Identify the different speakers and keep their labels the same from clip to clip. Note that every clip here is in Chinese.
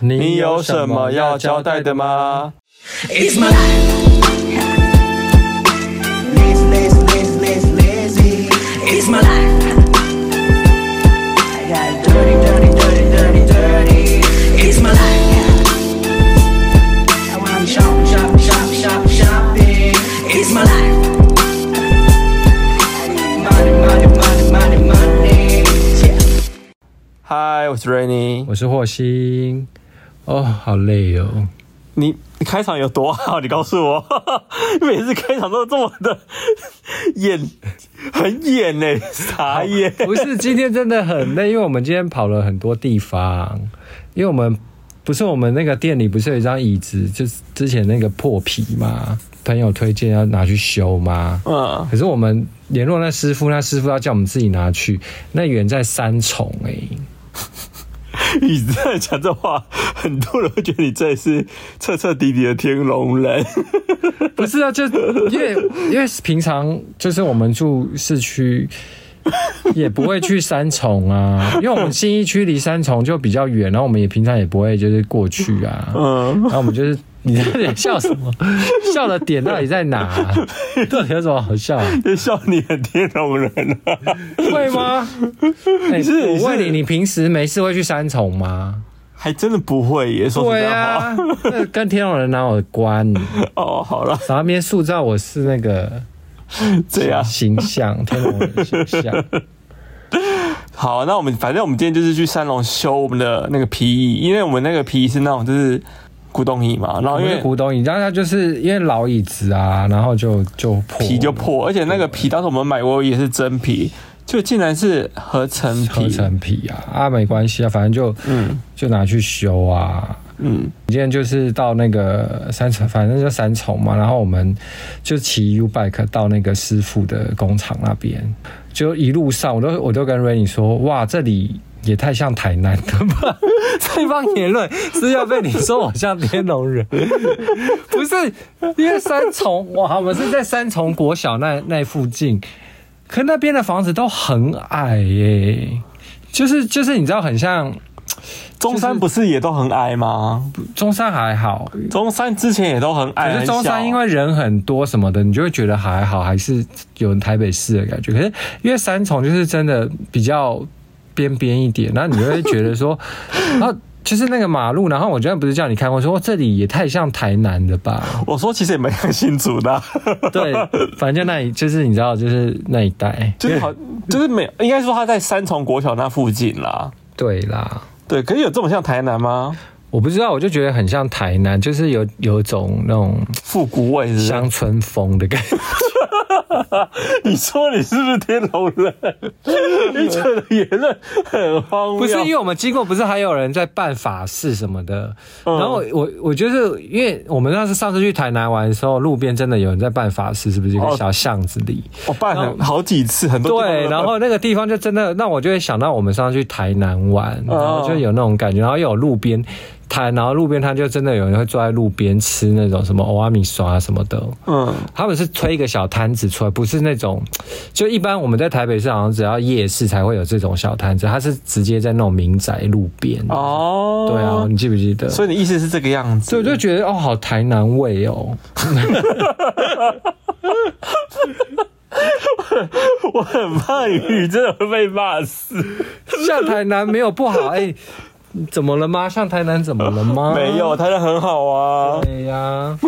Speaker 1: 你有什么要交代的吗？
Speaker 2: It's my life. Lazy, lazy, lazy, lazy, lazy. It's my life. I got dirty, dirty, dirty, dirty, dirty. It's my life. Now I'm shopping, shopping, shopping, shopping, shopping. It's my life. I need money, money, money, money, money. Yeah.
Speaker 1: 嗨，我是 Rainy。
Speaker 3: 我是霍心。哦，好累哦。
Speaker 1: 你你开场有多好？你告诉我， 每次开场都这么的 演，很演呢、傻眼。
Speaker 3: 不是，今天真的很累，因为我们今天跑了很多地方，因为我们不是我们那个店里不是有一张椅子，就是之前那个破皮嘛，朋友推荐要拿去修嘛。
Speaker 1: 嗯，
Speaker 3: 可是我们联络那师傅，那师傅要叫我们自己拿去，那远在三重哎、
Speaker 1: 你这样讲这话，很多人会觉得你这是彻彻底底的天龙人。
Speaker 3: 不是啊，就因为因为平常就是我们住市区，也不会去三重啊，因为我们新一区离三重就比较远，然后我们也平常也不会就是过去啊，
Speaker 1: 嗯，
Speaker 3: 然后我们就是。你在那里笑什么？笑的点到底在哪、到底有什么好笑、啊？
Speaker 1: 就笑你很天龙人啊。
Speaker 3: 会吗？哎
Speaker 1: 是
Speaker 3: 我问
Speaker 1: 是
Speaker 3: 你，你平时没事会去三重吗？
Speaker 1: 还真的不会耶，说
Speaker 3: 对啊
Speaker 1: 实在
Speaker 3: 呀、
Speaker 1: 话。
Speaker 3: 那跟天龙人哪有关？
Speaker 1: 哦，好了，
Speaker 3: 然后那边塑造我是那个
Speaker 1: 这样
Speaker 3: 形象，天龙人的形象。
Speaker 1: 好，那我们反正我们今天就是去三龙修我们的那个皮椅，因为我们那个皮椅是那种就是古董椅嘛，然后
Speaker 3: 因
Speaker 1: 因
Speaker 3: 为
Speaker 1: 为
Speaker 3: 古董椅，然后它就是因为老椅子啊，然后就就破
Speaker 1: 皮就破，而且那个皮当时我们买过也是真皮，就竟然是合成皮，
Speaker 3: 合成皮啊，啊没关系啊，反正就
Speaker 1: 嗯
Speaker 3: 就拿去修啊。
Speaker 1: 嗯，
Speaker 3: 今天就是到那个三重，反正就三重嘛，然后我们就骑 U bike 到那个师傅的工厂那边，就一路上我都我都跟 Rainy 说，哇，这里也太像台南了吧？ 这方言论是要被你说我像天龙人， 不是？因为三重哇，我们是在三重国小那那附近，可那边的房子都很矮耶、就是就是你知道很像
Speaker 1: 中山不是也都很矮吗？
Speaker 3: 中山还好，
Speaker 1: 中山之前也都很矮，
Speaker 3: 可是
Speaker 1: 很
Speaker 3: 中山
Speaker 1: 小
Speaker 3: 因为人很多什么的，你就会觉得还好，还是有台北市的感觉。可是因为三重就是真的比较边边一点，然后你就会觉得说，然后就是那个马路，然后我昨天不是叫你看过说，哦这里也太像台南了吧？
Speaker 1: 我说其实也蛮像新竹的啊、
Speaker 3: 对，反正就那里就是你知道，就是那一带，
Speaker 1: 就是好，就是没有，应该说他在三重国小那附近啦。
Speaker 3: 对啦。
Speaker 1: 对，可是有这么像台南吗？
Speaker 3: 我不知道，我就觉得很像台南，就是有有种那种
Speaker 1: 复古味是不是
Speaker 3: 乡村风的感觉。
Speaker 1: 你说你是不是天龙 人？你这的言论很荒谬。
Speaker 3: 不是因为我们经过，不是还有人在办法事什么的。然后我我我就是因为我们那次上次去台南玩的时候，路边真的有人在办法事，是不是？一
Speaker 1: 哦
Speaker 3: 个小巷子里。
Speaker 1: 我办了好几次，很多地方都
Speaker 3: 对，然后那个地方就真的，那我就会想到我们上次去台南玩，然后就有那种感觉，然后又有路边摊，然后路边摊就真的有人会坐在路边吃那种什么欧阿米刷啊什么的。
Speaker 1: 嗯，
Speaker 3: 他们是推一个小摊子出来，不是那种，就一般我们在台北市好像只要夜市才会有这种小摊子，它是直接在那种民宅路边。
Speaker 1: 哦，
Speaker 3: 对啊，，你记不记得？
Speaker 1: 所以你意思是这个样子？
Speaker 3: 所以我就觉得哦，好台南味哦，
Speaker 1: 我很怕雨，真的会被骂死。
Speaker 3: 像台南没有不好哎、怎么了吗？像台南怎么了吗？
Speaker 1: 没有，，台南很好啊。
Speaker 3: 对呀、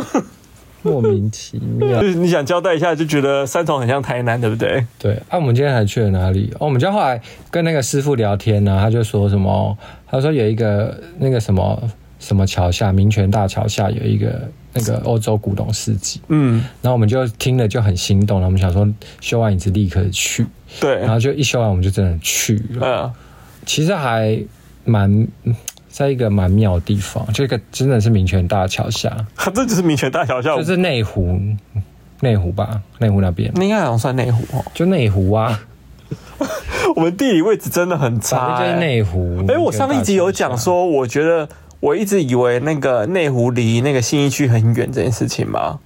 Speaker 3: 莫名其妙
Speaker 1: 就。是你想交代一下，就觉得三重很像台南，对不对？
Speaker 3: 对，啊，我们今天还去了哪里？哦，我们就后来跟那个师傅聊天呢、他就说什么，他说有一个那个什么什么桥下，民权大桥下有一个那个欧洲古董市集，
Speaker 1: 嗯，
Speaker 3: 然后我们就听了就很心动，然后我们想说修完椅子立刻去，
Speaker 1: 对
Speaker 3: 然，后就一修完我们就真的去了。
Speaker 1: 嗯，
Speaker 3: 其实还蛮嗯在一个蛮妙的地方，这个真的是民权大桥下，
Speaker 1: 这就是民权大桥下，
Speaker 3: 就是内湖，内湖吧，内湖那边
Speaker 1: 那应该好像算内湖哦。
Speaker 3: 就内湖啊，
Speaker 1: 我们地理位置真的很
Speaker 3: 反正
Speaker 1: 差，
Speaker 3: 就是
Speaker 1: 欸
Speaker 3: 内湖。
Speaker 1: 哎、我上一集有
Speaker 3: 啊
Speaker 1: 讲说，我觉得我一直以为那个内湖离那个信义区很远这件事情吗？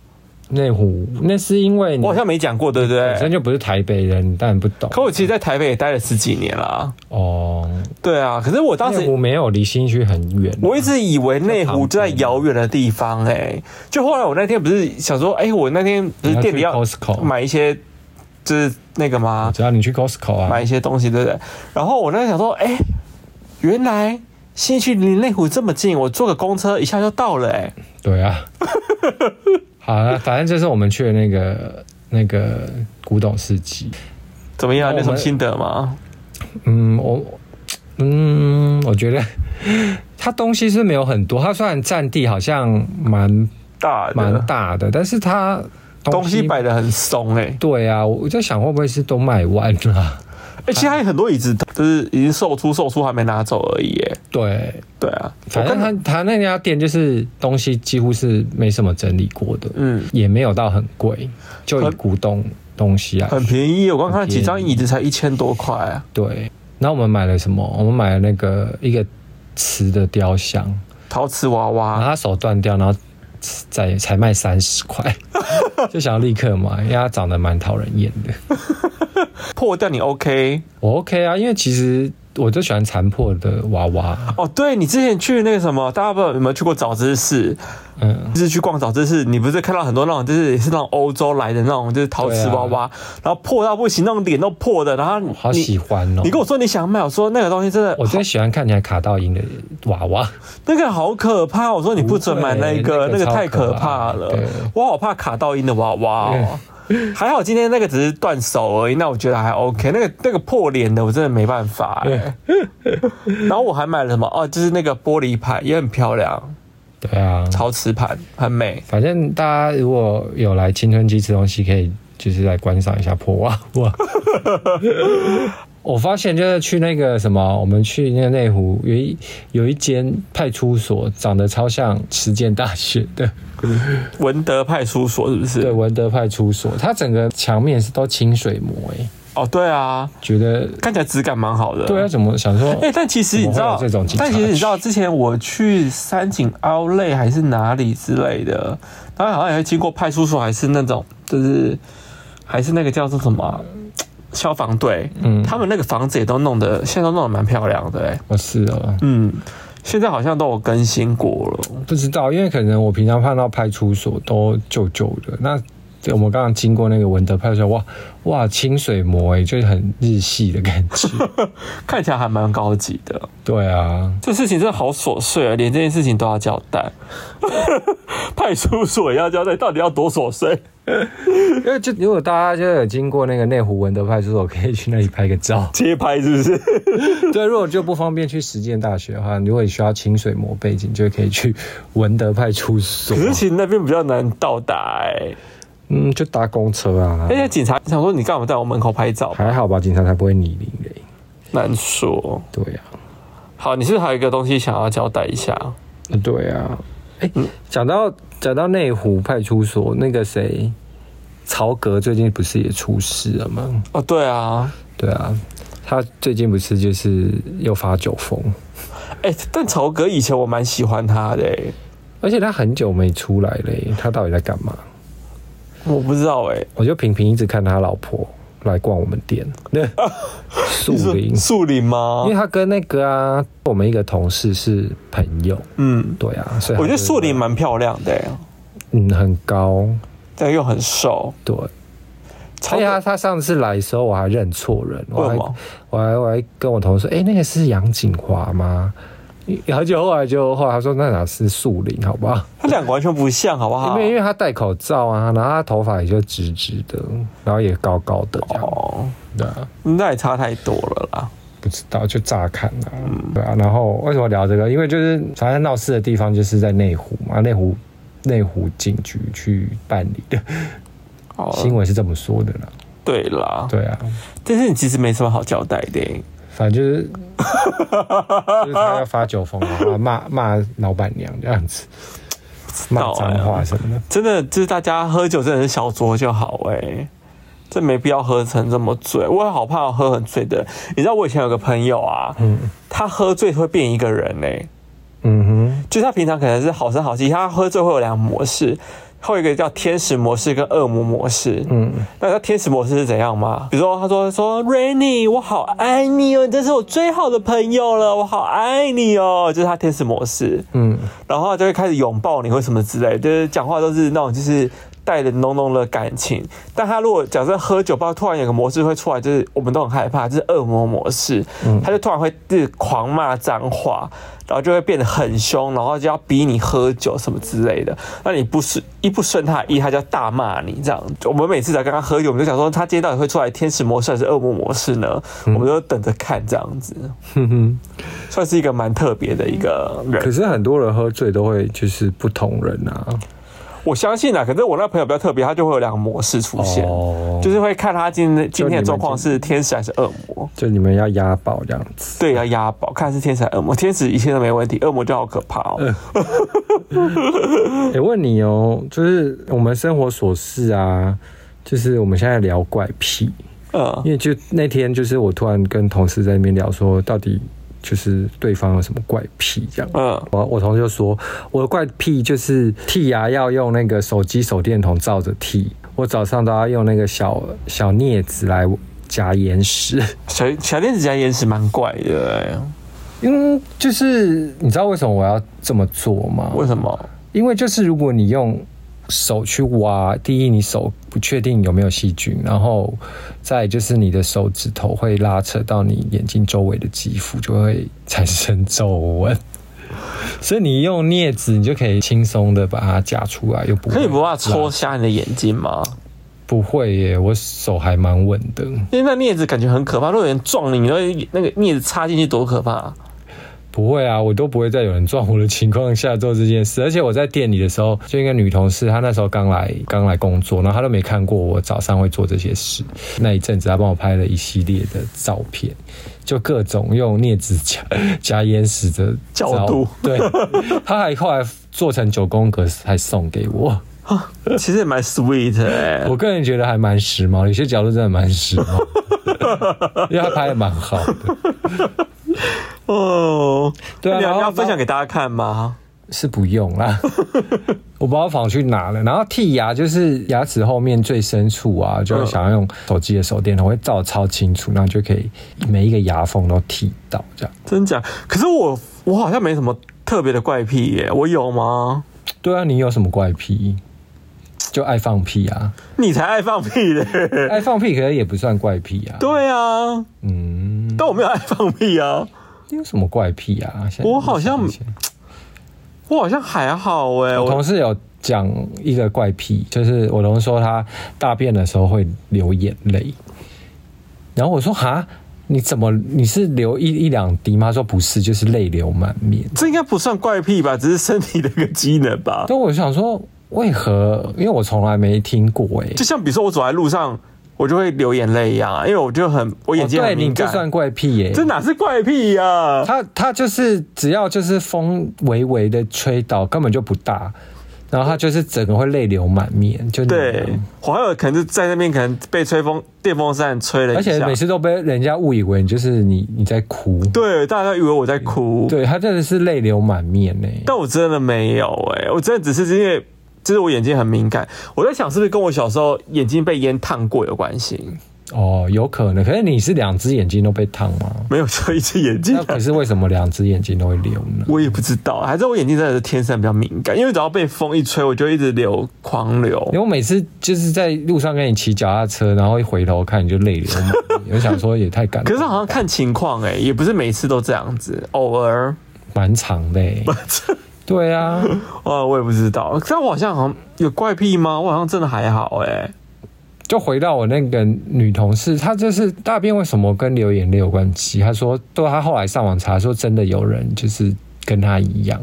Speaker 3: 内湖，那是因为你
Speaker 1: 我好像没讲过，对不
Speaker 3: 本身
Speaker 1: 对？
Speaker 3: 就不是台北人，你当然不懂
Speaker 1: 可我其实在台北也待了十几年啦，
Speaker 3: 哦。从
Speaker 1: 对啊，可是我当
Speaker 3: 内
Speaker 1: 时
Speaker 3: 湖没有离新区很远啊，
Speaker 1: 我一直以为内湖就在遥远的地方、哎，就后来我那天不是想说，哎、我那天不是店里
Speaker 3: 你
Speaker 1: 要
Speaker 3: 要去 Costco 嗯
Speaker 1: 买一些，就是那个吗？
Speaker 3: 只要你去 Costco
Speaker 1: 买
Speaker 3: 啊
Speaker 1: 一，些东西，对不对？然后我那天想说，哎、原来新区离内湖这么近，我坐个公车一下就到了、哎，
Speaker 3: 对 啊。好了，反正就是我们去的那个那个古董市集。
Speaker 1: 怎么样？
Speaker 3: 那我们
Speaker 1: 你有什么心得吗？
Speaker 3: 嗯，我嗯，我觉得 它东西是没有很多，它虽然占地好像蛮
Speaker 1: 大的
Speaker 3: 蛮，大的，但是它
Speaker 1: 东西摆的很松、哎，
Speaker 3: 对啊，我在想会不会是都卖完了、啊
Speaker 1: 哎、其实还有很多椅子就是已经售出，售出还没拿走而已、哎，
Speaker 3: 对，
Speaker 1: 对啊，我
Speaker 3: 反
Speaker 1: 跟
Speaker 3: 正他他那家店就是东西几乎是没什么整理过的，
Speaker 1: 嗯。
Speaker 3: 也没有到很贵，就以
Speaker 1: 很
Speaker 3: 古董东西啊来说
Speaker 1: 很便宜，我刚看了几张
Speaker 3: 很便宜
Speaker 1: 椅子才一千多块、啊，
Speaker 3: 对。然后我们买了什么？我们买了那个一个瓷的雕像，
Speaker 1: 陶瓷娃
Speaker 3: 然后
Speaker 1: 娃，
Speaker 3: 他手断掉，然后再才卖三十 块，就想要立刻买，因为它长得蛮讨人厌的。
Speaker 1: 破掉你 OK？
Speaker 3: 我 OK 啊，因为其实我就喜欢残破的娃娃，
Speaker 1: 哦，对你之前去那个什么，大家不知道有没有去过早知识？
Speaker 3: 嗯，
Speaker 1: 就是去逛早知识，你不是看到很多那种，就是也是那种欧洲来的那种，就是陶瓷娃娃，然后破到不行，那种脸都破的，然后你
Speaker 3: 啊好喜欢哦。
Speaker 1: 你跟我说你想买，我说那个东西真的
Speaker 3: 我，最喜欢看起来卡到音的娃娃，
Speaker 1: 那个好可怕。我说你不准买那个，
Speaker 3: 不会那
Speaker 1: 那个
Speaker 3: 个
Speaker 1: 太
Speaker 3: 超
Speaker 1: 可
Speaker 3: 可
Speaker 1: 怕
Speaker 3: 怕
Speaker 1: 了
Speaker 3: 对。
Speaker 1: 我好怕卡到音的娃娃哦。还好今天那个只是断手而已，那我觉得还 OK。那个那个破脸的我真的没办法、欸。然后我还买了什么？哦，就是那个玻璃盘也很漂亮，
Speaker 3: 对啊。
Speaker 1: 陶瓷盘很美。
Speaker 3: 反正大家如果有来青春期吃东西，可以就是来观赏一下破娃娃。 我发现就是去那个什么，我们去那个内湖有一有一间派出所，长得超像实践大学的，
Speaker 1: 文德派出所是不
Speaker 3: 对
Speaker 1: 是？
Speaker 3: 文德派出所，它整个墙面是都清水膜、欸，
Speaker 1: 哦，对啊，
Speaker 3: 觉得
Speaker 1: 看起来质感蛮好的。
Speaker 3: 对啊，怎么想说？
Speaker 1: 哎、但其实你知
Speaker 3: 怎么
Speaker 1: 道
Speaker 3: 会有这种，警察
Speaker 1: 但其实你知道，之前我去三井奥莱还是哪里之类的，当然好像也会经过派出所，还是那种就是还是那个叫做什么啊消防队，
Speaker 3: 嗯
Speaker 1: 他们那个房子也都弄得现在都弄得蛮漂亮的、哎，
Speaker 3: 我是哦，
Speaker 1: 嗯，现在好像都有更新过了，
Speaker 3: 不知道，因为可能我平常看到派出所都旧旧的，那我们刚刚经过那个文德派出所，哇哇清水模哎，就是很日系的感觉。
Speaker 1: 看起来还蛮高级的。
Speaker 3: 对啊，
Speaker 1: 这事情真的好琐碎啊，连这件事情都要交代， 派出所也要交代，到底要多琐碎？。
Speaker 3: 因为就如果大家就有经过那个内湖文德派出所，可以去那里拍个照
Speaker 1: 街拍是不是？
Speaker 3: 对，如果就不方便去实践大学的话，如果你需要清水模背景，就可以去文德派出所
Speaker 1: 可。是其实那边比较难到达、哎。
Speaker 3: 嗯，就搭公车啊
Speaker 1: 而，且警察想说你干嘛在我门口拍照？
Speaker 3: 还好吧，警察才不会理你嘞。
Speaker 1: 难说。
Speaker 3: 对啊。
Speaker 1: 好，你是不是还有一个东西想要交代一下？
Speaker 3: 对啊，哎、
Speaker 1: 嗯
Speaker 3: 讲到讲到内湖派出所那个谁，曹格最近不是也出事了吗？
Speaker 1: 哦，对啊，
Speaker 3: 对啊，他最近不是就是又发酒疯，
Speaker 1: 哎、但曹格以前我蛮喜欢他的、哎
Speaker 3: 而且他很久没出来嘞、他到底在干嘛？
Speaker 1: 我不知道哎、
Speaker 3: 我就频频一直看他老婆来逛我们 店，对，树
Speaker 1: 你说啊
Speaker 3: 林，
Speaker 1: 树林吗
Speaker 3: 因为？他跟那个啊，我们一个同事是朋友，
Speaker 1: 嗯，
Speaker 3: 对啊，所以他
Speaker 1: 我觉
Speaker 3: 就
Speaker 1: 得
Speaker 3: 是
Speaker 1: 树林蛮漂亮的、哎
Speaker 3: 嗯很高，
Speaker 1: 但又很瘦。
Speaker 3: 对，
Speaker 1: 曹
Speaker 3: 而且他
Speaker 1: 格
Speaker 3: 他上次来的时候，我还认错人，我
Speaker 1: 为
Speaker 3: 还
Speaker 1: 什么
Speaker 3: 我还我还跟我同事说，哎、那个是杨景华吗？好久后来就后来他说那哪是树林，好不好？
Speaker 1: 他两个完全不像，好不好
Speaker 3: 因？为因为他戴口罩啊，然后他头发也就直直的，然后也高高的这样，
Speaker 1: 哦，
Speaker 3: 对啊，
Speaker 1: 那也差太多了啦。
Speaker 3: 不知道就乍看啊，
Speaker 1: 嗯
Speaker 3: 对啊。然后为什么聊这个？因为就是反正闹事的地方就是在内湖嘛，内湖内湖警局去办理的，
Speaker 1: 哦，
Speaker 3: 新闻是这么说的啦，
Speaker 1: 对啦，
Speaker 3: 对啊。
Speaker 1: 但是你其实没什么好交代的、哎
Speaker 3: 反正就是就是他要发酒疯啊，骂骂老板娘这样子，骂脏话什么的。
Speaker 1: 真的就是大家喝酒真的是小酌就好哎、这没必要喝成这么醉。我也好怕喝很醉的人，你知道我以前有个朋友啊，他喝醉会变一个人呢、欸
Speaker 3: 嗯哼，
Speaker 1: 就是他平常可能是好声好气，他喝醉会有两个模式。后一个叫天使模式跟恶魔模式。嗯，那知道天使模式是怎样吗？比如说他说说 Rainy，我好爱你哦，你真是我最好的朋友了，我好爱你哦，就是他天使模式。嗯，然后他就会开始拥抱你或什么之类的，就是讲话都是那种就是。带着浓浓的感情，但他如果假设喝酒吧，突然有个模式会出来，就是我们都很害怕，就是恶魔模式，
Speaker 3: 嗯
Speaker 1: 他就突然会就是狂骂脏话，然后就会变得很凶，然后就要逼你喝酒什么之类的。那你不是一不顺他的意，他就要大骂你这样。我们每次在跟他喝酒，我们就想说他今天到底会出来天使模式还是恶魔模式呢？
Speaker 3: 嗯
Speaker 1: 我们就等着看这样子，算是一个蛮特别的一个人。
Speaker 3: 可是很多人喝醉都会就是不同人啊，
Speaker 1: 我相信啊，可是我那朋友比较特别，他就会有两个模式出现，
Speaker 3: 哦
Speaker 1: 就是会看他今天今天的状况
Speaker 3: 就是
Speaker 1: 天使还是恶魔。
Speaker 3: 就你们要押宝这样 子。
Speaker 1: 对，要押宝，看是天使还是恶魔。天使一切都没问题，恶魔就好可怕哦。
Speaker 3: 哎、问你哦，就是我们生活琐事啊，就是我们现在聊怪癖，
Speaker 1: 嗯
Speaker 3: 因为就那天就是我突然跟同事在那边聊说，到底就是对方有什么怪癖这样。
Speaker 1: 嗯，
Speaker 3: 我我同事就说，我的怪癖就是剔牙要用那个手机手电筒照着剔，我早上都要用那个小小镊子来夹眼屎。
Speaker 1: 小小天使加岩石蛮怪的，哎
Speaker 3: 嗯，就是你知道为什么我要这么做吗？
Speaker 1: 为什么？
Speaker 3: 因为就是如果你用手去挖，第一你手不确定有没有细菌，然后再就是你的手指头会拉扯到你眼睛周围的肌肤，就会产生皱纹。 所以你用镊子，你就可以轻松的把它夹出来，又不会
Speaker 1: 可以不怕
Speaker 3: 拉
Speaker 1: 戳？瞎你的眼睛吗？
Speaker 3: 不会耶，我手还蛮稳的。
Speaker 1: 因为那镊子感觉很可怕，如果有人撞你，你会那个镊子插进去多可怕？
Speaker 3: 不会啊，我都不会在有人撞我的情况下做这件事。 而且我在店里的时候，就一个女同事，她那时候刚来刚来工作，然后她都没看过我早上会做这些事。那一阵子，她帮我拍了一系列的照片，就各种用镊子夹夹烟屎的照
Speaker 1: 角度。
Speaker 3: 对，她还后来做成九宫格，还送给我。
Speaker 1: 其实也蛮 sweet 哎、
Speaker 3: 我个人觉得还蛮时髦，有些角度真的蛮时髦，因为她拍的蛮好的，
Speaker 1: 哦，
Speaker 3: 对啊
Speaker 1: 你要
Speaker 3: 然后
Speaker 1: 要分享给大家看吗？
Speaker 3: 是不用 啦。我不知道跑去哪了。然后剔牙就是牙齿后面最深处啊，就
Speaker 1: 嗯
Speaker 3: 会想要用手机的手电筒会照得超清楚，然后就可以每一个牙缝都剃到这样。
Speaker 1: 真假？可是我我好像没什么特别的怪癖耶，我有吗？
Speaker 3: 对啊，你有什么怪癖？就爱放屁啊，
Speaker 1: 你才爱放屁嘞！
Speaker 3: 爱放屁可能也不算怪癖啊。
Speaker 1: 对啊，
Speaker 3: 嗯，
Speaker 1: 但我没有爱放屁啊，
Speaker 3: 你有什么怪癖啊？现在
Speaker 1: 我好像
Speaker 3: 想一想
Speaker 1: 我好像还好哎，
Speaker 3: 我
Speaker 1: 我
Speaker 3: 同事有讲一个怪癖，就是我同事说他大便的时候会流眼泪，然后我说哈，你怎么你是流一一两滴吗？他说不是，就是泪流满面。
Speaker 1: 这应该不算怪癖吧，只是身体的一个机能 吧。
Speaker 3: 但我想说，为何？因为我从来没听过哎、
Speaker 1: 就像比如说我走在路上，我就会流眼泪一样啊，因为我就很我眼睛
Speaker 3: 哦、对
Speaker 1: 很
Speaker 3: 你
Speaker 1: 敏
Speaker 3: 就
Speaker 1: 感。
Speaker 3: 算怪嗯癖耶、
Speaker 1: 这哪是怪癖呀、啊？
Speaker 3: 他他就是只要就是风微微的吹到，根本就不大，然后他就是整个会泪流满面，就那样
Speaker 1: 对，我还有可能是在那边可能被吹风电风扇吹了
Speaker 3: 而
Speaker 1: 一
Speaker 3: 且
Speaker 1: 下
Speaker 3: 每，次都被人家误以为就是你你在哭，
Speaker 1: 对，大家都以为我在哭。
Speaker 3: 对他真的是泪流满面呢、
Speaker 1: 但我真的没有哎、我真的只是因为，就是我眼睛很敏感。我在想是不是跟我小时候眼睛被烟烫过有关系？
Speaker 3: 哦，有可能，可是你是两只眼睛都被烫 吗？
Speaker 1: 没有，就一只眼睛啊
Speaker 3: 那。可是为什么两只眼睛都会流呢？
Speaker 1: 我也不知道，还是我眼睛真的是天生比较敏感，因为只要被风一吹，我就一直流狂
Speaker 3: 因为
Speaker 1: 流。
Speaker 3: 我每次就是在路上跟你骑脚踏车，然后一回头看你就泪流满面，我想说也太感 动，
Speaker 1: 可是好像看情况哎、也不是每次都这样子，偶尔。
Speaker 3: 蛮长的、欸。对啊，
Speaker 1: 哦，我也不知道，但我好像好像有怪癖吗？我好像真的还好哎、
Speaker 3: 就回到我那个女同事，她就是大便为什么跟流眼泪有关系？她说，对，她后来上网查，说真的有人就是跟她一样，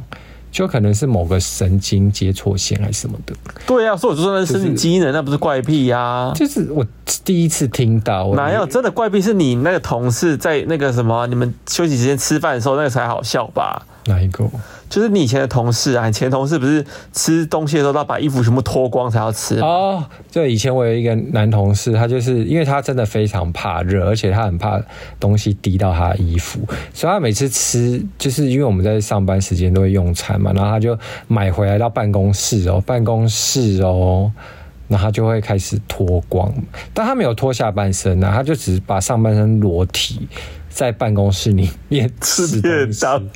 Speaker 3: 就可能是某个神经接错线还是什么的。
Speaker 1: 对啊，所以我就说那是身体机能，那不是怪癖呀、
Speaker 3: 就是我第一次听到，我
Speaker 1: 哪有真的怪癖？是你啊那个同事在那个什么，你们休息时间吃饭的时候，那个才好笑吧？
Speaker 3: 哪一个？
Speaker 1: 就是你以前的同事啊，你前同事不是吃东西的时候都要把衣服全部脱光才要吃吗？
Speaker 3: 哦，对，以前我有一个男同事，他就是因为他真的非常怕热，而且他很怕东西滴到他的衣服，所以他每次吃，就是因为我们在上班时间都会用餐嘛，然后他就买回来到办公室哦，办公室哦。然后他就会开始脱光，但他没有脱下半身啊，他就只是把上半身裸体在办公室里面吃
Speaker 1: 吃
Speaker 3: 便
Speaker 1: 便
Speaker 3: 当
Speaker 1: 当，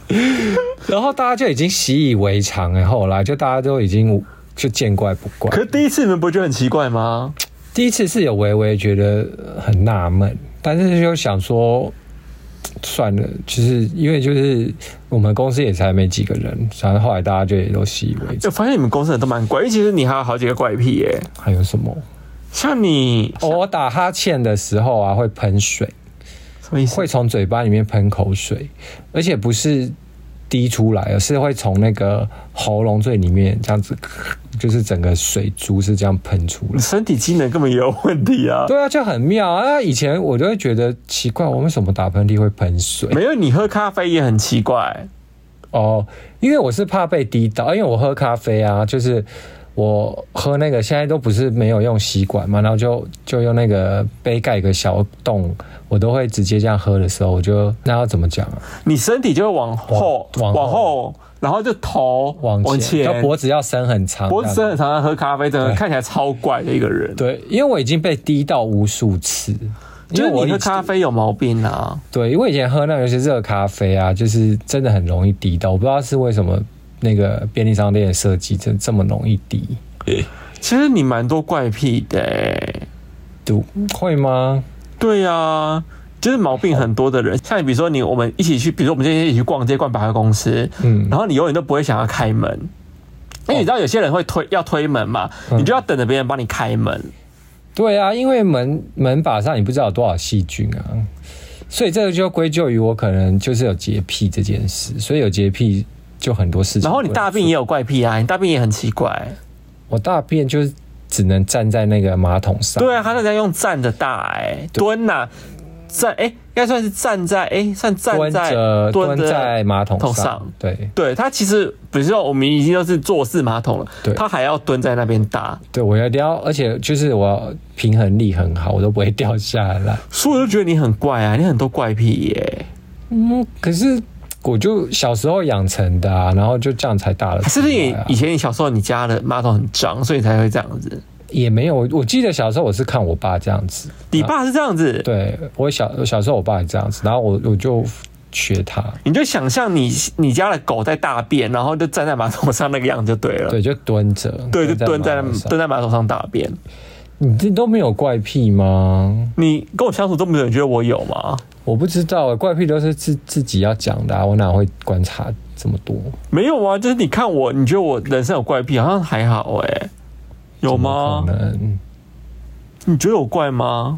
Speaker 3: 然后大家就已经习以为常哎，后来就大家都已经就见怪不怪
Speaker 1: 可。是第一次你们不觉得很奇怪吗？
Speaker 3: 第一次是有微微觉得呃很纳闷，但是就想说算了，就是因为就是我们公司也才没几个人，然后后来大家就也都习以为
Speaker 1: 就
Speaker 3: 常。
Speaker 1: 发现你们公司人都蛮怪，因为其实你还有好几个怪癖耶、
Speaker 3: 还有什么？
Speaker 1: 像你
Speaker 3: 哦我打哈欠的时候啊，会喷水，
Speaker 1: 什么意思？
Speaker 3: 会从嘴巴里面喷口水，而且不是滴出来，而是会从那个喉咙最里面这样子，就是整个水珠是这样喷出来
Speaker 1: 你。身体机能根本也有问题啊！
Speaker 3: 对啊，就很妙啊！以前我就会觉得奇怪，我为什么打喷嚏会喷水？
Speaker 1: 没有你喝咖啡也很奇怪，
Speaker 3: 哦，因为我是怕被滴到，因为我喝咖啡啊，就是我喝那个现在都不是没有用吸管嘛，然后就就用那个杯盖一个小洞，我都会直接这样喝的时候，我就那要怎么讲啊？
Speaker 1: 你身体就会往后
Speaker 3: 往往后
Speaker 1: 往后，然后就头
Speaker 3: 往前，
Speaker 1: 往前
Speaker 3: 就，脖子要伸很长，
Speaker 1: 脖子
Speaker 3: 这样
Speaker 1: 真的很常常喝咖啡，真的
Speaker 3: 对
Speaker 1: 看起来超怪的一个人。
Speaker 3: 对，因为我已经被滴到无数次，因
Speaker 1: 就
Speaker 3: 为
Speaker 1: 是
Speaker 3: 我
Speaker 1: 你
Speaker 3: 以
Speaker 1: 喝咖啡有毛病啊！
Speaker 3: 对，因为我以前喝那个就是热咖啡啊，就是真的很容易滴到，我不知道是为什么那个便利商店的设计真这么容易滴，
Speaker 1: 其实你蛮多怪癖的、欸，
Speaker 3: 就会吗？
Speaker 1: 对呀、啊，就是毛病很多的人。像你，比如说你，我们一起去，比如说我们今天一起去逛街、逛百货公司，
Speaker 3: 嗯哦
Speaker 1: 然后你永远都不会想要开门，因为你知道有些人会推要推门嘛，你
Speaker 3: 嗯
Speaker 1: 就要等着别人帮你开门。
Speaker 3: 对啊，因为门门把上你不知道有多少细菌啊，所以这个就归咎于我可能就是有洁癖这件事，所以有洁癖就很多事情。
Speaker 1: 然后你大便也，有怪癖啊，你大便也很奇怪。
Speaker 3: 我大便就是只能站在那个马桶上。
Speaker 1: 对啊，他那家用站着大哎、蹲呐、站哎、应该算是站在哎、算站
Speaker 3: 蹲
Speaker 1: 在
Speaker 3: 着蹲
Speaker 1: 着
Speaker 3: 在马桶
Speaker 1: 桶
Speaker 3: 上，
Speaker 1: 上
Speaker 3: 对
Speaker 1: 对他其实，比如说我们已经都是坐式马桶了
Speaker 3: 对，
Speaker 1: 他还要蹲在那边搭，
Speaker 3: 对，我要掉，而且就是我平衡力很好，我都不会掉下来。
Speaker 1: 所以我就觉得你很怪啊，你很多怪癖耶、
Speaker 3: 嗯，可是我就小时候养成的啊，然后就这样才大了、啊
Speaker 1: 是不是你以前你小时候你家的马桶很脏，所以你才会这样子？
Speaker 3: 也没有，我记得小时候我是看我爸这样子，
Speaker 1: 你爸是这样子，
Speaker 3: 对我小小时候，我爸也这样子，然后我我就学他，
Speaker 1: 你就想象你你家的狗在大便，然后就站在马桶上那个样子就对了。
Speaker 3: 对，就蹲着，
Speaker 1: 对，就蹲在
Speaker 3: 马桶上
Speaker 1: 蹲在马桶上大便。
Speaker 3: 你这都没有怪癖吗？
Speaker 1: 你跟我相处这么久，你觉得我有吗？
Speaker 3: 我不知道、怪癖都是自自己要讲的、啊，我哪会观察这么多？
Speaker 1: 没有啊，就是你看我，你觉得我人生有怪癖，好像还好哎、有吗
Speaker 3: 可？能
Speaker 1: 你觉得我怪吗？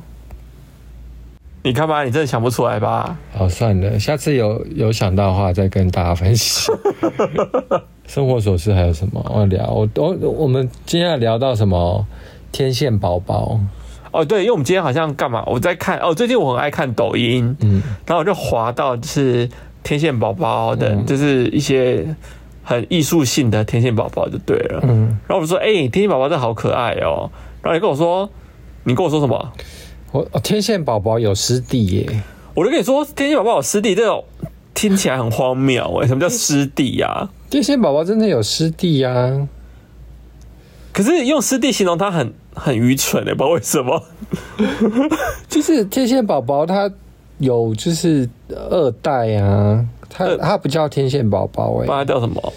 Speaker 1: 你看吧，你真的想不出来吧？
Speaker 3: 好，哦算了，下次有有想到的话再跟大家分 享。生活琐事还有什么要聊？我我我们今天要聊到什么？天线宝宝，
Speaker 1: 哦，对，因为我们今天好像干嘛？我在看哦，最近我很爱看抖音，
Speaker 3: 嗯，
Speaker 1: 然后我就滑到就是天线宝宝的，
Speaker 3: 嗯
Speaker 1: 就是一些很艺术性的天线宝宝就对了。
Speaker 3: 嗯
Speaker 1: 然后我就说，哎、天线宝宝真的好可爱哦。然后你跟我说，你跟我说什么？
Speaker 3: 我哦天线宝宝有师弟耶，
Speaker 1: 我就跟你说，天线宝宝有师弟这种听起来很荒谬哎、什么叫师弟啊？
Speaker 3: 天线宝宝真的有师弟啊。
Speaker 1: 可是用师弟形容他很很愚蠢哎、不知道为什么。
Speaker 3: 就是天线宝宝，它有就是二代啊，它
Speaker 1: 呃
Speaker 3: 它不叫天线宝宝
Speaker 1: 不然
Speaker 3: 哎，
Speaker 1: 他叫什么？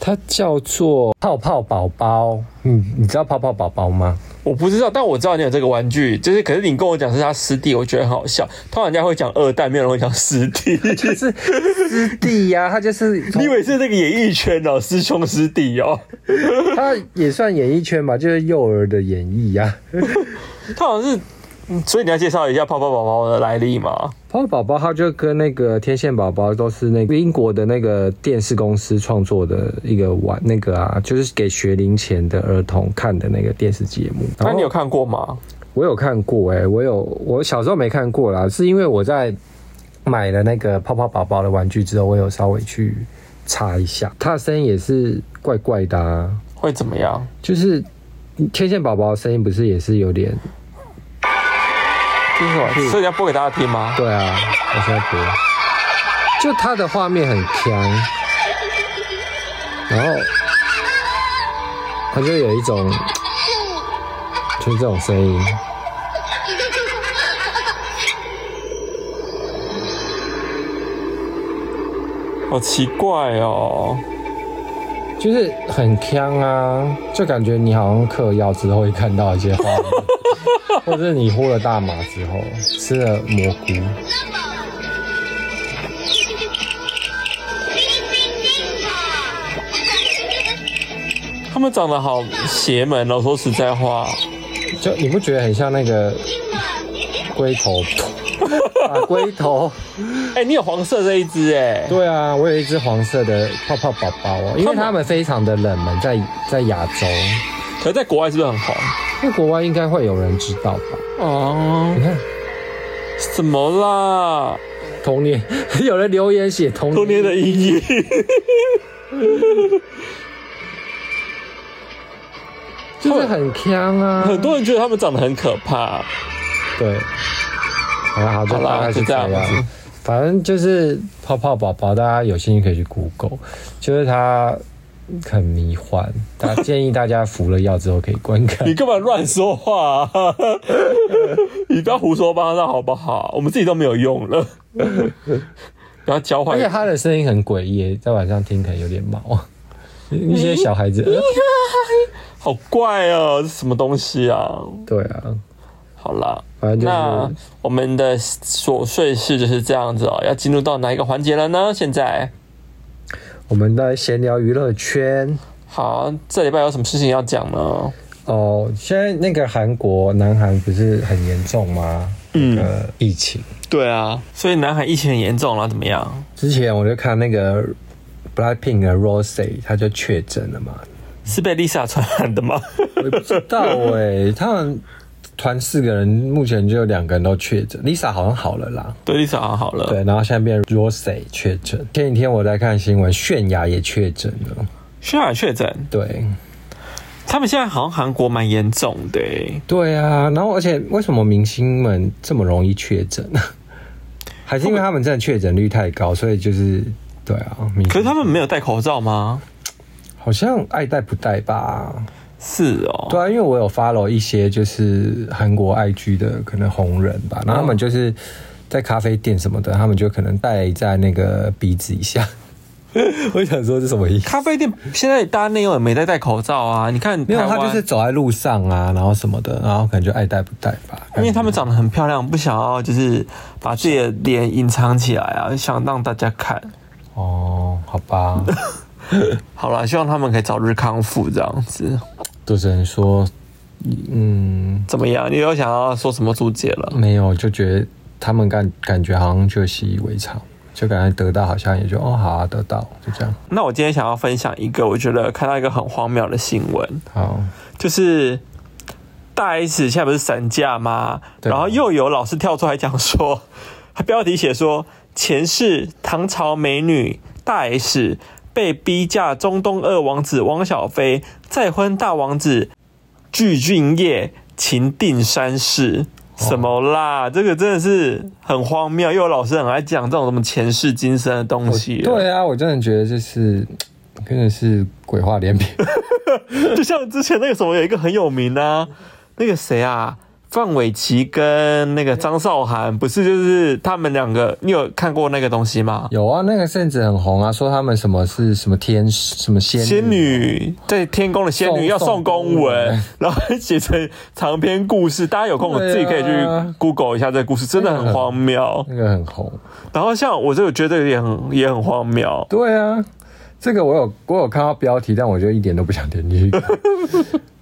Speaker 3: 它叫做泡泡宝宝。嗯，你知道泡泡宝宝 吗？
Speaker 1: 我不知道，但我知道你有这个玩具，就是可是你跟我讲是他师弟，我觉得很好笑。通常人家会讲二代，没有人会讲师 弟。
Speaker 3: 是师弟呀、它就是
Speaker 1: 你以为是那个演艺圈哦，师兄师弟哦，
Speaker 3: 它也算演艺圈吧，就是幼儿的演艺呀、
Speaker 1: 他好像是。嗯所以你要介绍一下泡泡宝宝的来历吗？
Speaker 3: 泡泡宝宝它就跟那个天线宝宝都是那个英国的那个电视公司创作的一个玩那个啊，就是给学龄前的儿童看的那个电视节目。
Speaker 1: 那
Speaker 3: 然后
Speaker 1: 你有看过吗？
Speaker 3: 我有看过哎、我有我小时候没看过啦，是因为我在买了那个泡泡宝宝的玩具之后，我有稍微去查一下，他的声音也是怪怪的啊，
Speaker 1: 会怎么样？
Speaker 3: 就是天线宝宝的声音不是也是有点
Speaker 1: 这是什
Speaker 3: 嗯
Speaker 1: 么？所以要播给大家听吗？
Speaker 3: 对啊，我现在播，就他的画面很强，然后他就有一种就是这种声音，
Speaker 1: 好奇怪哦。
Speaker 3: 就是很呛啊，就感觉你好像嗑药之后会看到一些画面，或者你呼了大麻之后吃了蘑菇，
Speaker 1: 他们长得好邪门哦，说实在话，
Speaker 3: 就你不觉得很像那个龟头？ 啊，龟头，
Speaker 1: 哎、你有黄色这一只哎、
Speaker 3: 对啊，我有一只黄色的泡泡宝宝哦，因为它们非常的冷门，在在亚洲。
Speaker 1: 可是在国外是不是很红？
Speaker 3: 在国外应该会有人知道吧？
Speaker 1: 哦，
Speaker 3: 你看
Speaker 1: 怎么啦？
Speaker 3: 童年，有人留言写童年，
Speaker 1: 多年的阴影，
Speaker 3: 就是很呛啊，
Speaker 1: 很多人觉得他们长得很可 怕。
Speaker 3: 对。好啦，好，就
Speaker 1: 好啦
Speaker 3: 大概是
Speaker 1: 就
Speaker 3: 这
Speaker 1: 这样子
Speaker 3: 样。反正就是泡泡宝宝，大家有兴趣可以去 Google，就是它很迷幻，大家建议大家服了药之后可以观看
Speaker 1: 你。干嘛乱说话、 啊？你不要胡说八道好不好？我们自己都没有用 了，不要教坏
Speaker 3: 而且。它的声音很诡异，在晚上听可能有点毛，一些小孩子。呃
Speaker 1: 好怪哦、这什么东西啊？
Speaker 3: 对啊，
Speaker 1: 好啦，
Speaker 3: 反正就是
Speaker 1: 那我们的琐碎事就是这样子哦、要进入到哪一个环节了呢？现在
Speaker 3: 我们在闲聊娱乐圈。
Speaker 1: 好，这礼拜有什么事情要讲呢？
Speaker 3: 哦，现在那个韩国南韩不是很严重吗？嗯，疫情
Speaker 1: 对啊，所以南海疫情很严重了，怎么样？
Speaker 3: 之前我就看那个 Blackpink 的 Rosé，他就确诊了嘛，
Speaker 1: 是被 Lisa 传染的吗？
Speaker 3: 我也不知道哎、他们团四个人目前就有两个人都确诊，Lisa 好像好了啦，
Speaker 1: 对，Lisa 好好了。
Speaker 3: 对，然后现在变 Rosé 确诊，前几天我在看新闻，泫雅也确诊了，
Speaker 1: 轩雅确诊，
Speaker 3: 对。
Speaker 1: 他们现在好像韩国蛮严重的欸、
Speaker 3: 对啊，然后而且为什么明星们这么容易确诊 呢？还是因为他们真的确诊率太高，所以就是对啊，明
Speaker 1: 可
Speaker 3: 星
Speaker 1: 是他们没有戴口罩吗？
Speaker 3: 好像爱戴不戴吧？
Speaker 1: 是哦，
Speaker 3: 对啊，因为我有 follow 一些就是韩国 IG 的可能红人吧，
Speaker 1: 嗯
Speaker 3: 然后他们就是在咖啡店什么的，他们就可能戴在那个鼻子以下。 我想说这什么意思？
Speaker 1: 咖啡店现在大家内用也没在戴口罩啊。你看
Speaker 3: 没
Speaker 1: 台
Speaker 3: 有，
Speaker 1: 湾，
Speaker 3: 他就是走在路上啊，然后什么的，然后可能就爱戴不戴吧。
Speaker 1: 因为他们长得很漂亮，不想要就是把自己的脸隐藏起来啊，想让大家看。
Speaker 3: 哦，好吧。
Speaker 1: 好了，希望他们可以早日康复，这样子
Speaker 3: 主持人说，嗯，
Speaker 1: 怎么样？你有想要说什么注解了？
Speaker 3: 没有，就觉得他们感感觉好像就习以为常，就感觉得到好像也就哦好啊，得到就这样，
Speaker 1: 那我今天想要分享一个，我觉得看到一个很荒谬的新闻，
Speaker 3: 好，
Speaker 1: 就是大 S 现在不是散架吗？
Speaker 3: 对
Speaker 1: 然后又有老师跳出来讲说， 他标题写说前世唐朝美女大 S 被逼嫁中东二王子汪小菲，再婚大王子具俊晔，秦定山
Speaker 3: 哦
Speaker 1: 氏。什么啦？这个真的是很荒谬，又有老师很爱讲这种什么前世今生的东西。
Speaker 3: 对啊，我真的觉得就是真的是鬼话连篇，
Speaker 1: 就像之前那个什么有一个很有名啊，那个谁啊，范玮琪跟那个张韶涵，不是就是他们两个，你有看过那个东西吗？
Speaker 3: 有啊，那个甚至很红啊，说他们什么是什么天使什么仙女
Speaker 1: 仙女在天宫的仙
Speaker 3: 送
Speaker 1: 女要送公
Speaker 3: 送公
Speaker 1: 文
Speaker 3: 文，
Speaker 1: 然后还写成长篇故事，大家有空我
Speaker 3: 对啊
Speaker 1: 自己可以去 Google 一下这个故事，真的很荒谬。
Speaker 3: 那个很红，
Speaker 1: 然后像我这个觉得也很也很荒谬，
Speaker 3: 对啊，这个我有我有看到标题，但我就一点都不想点 进去看。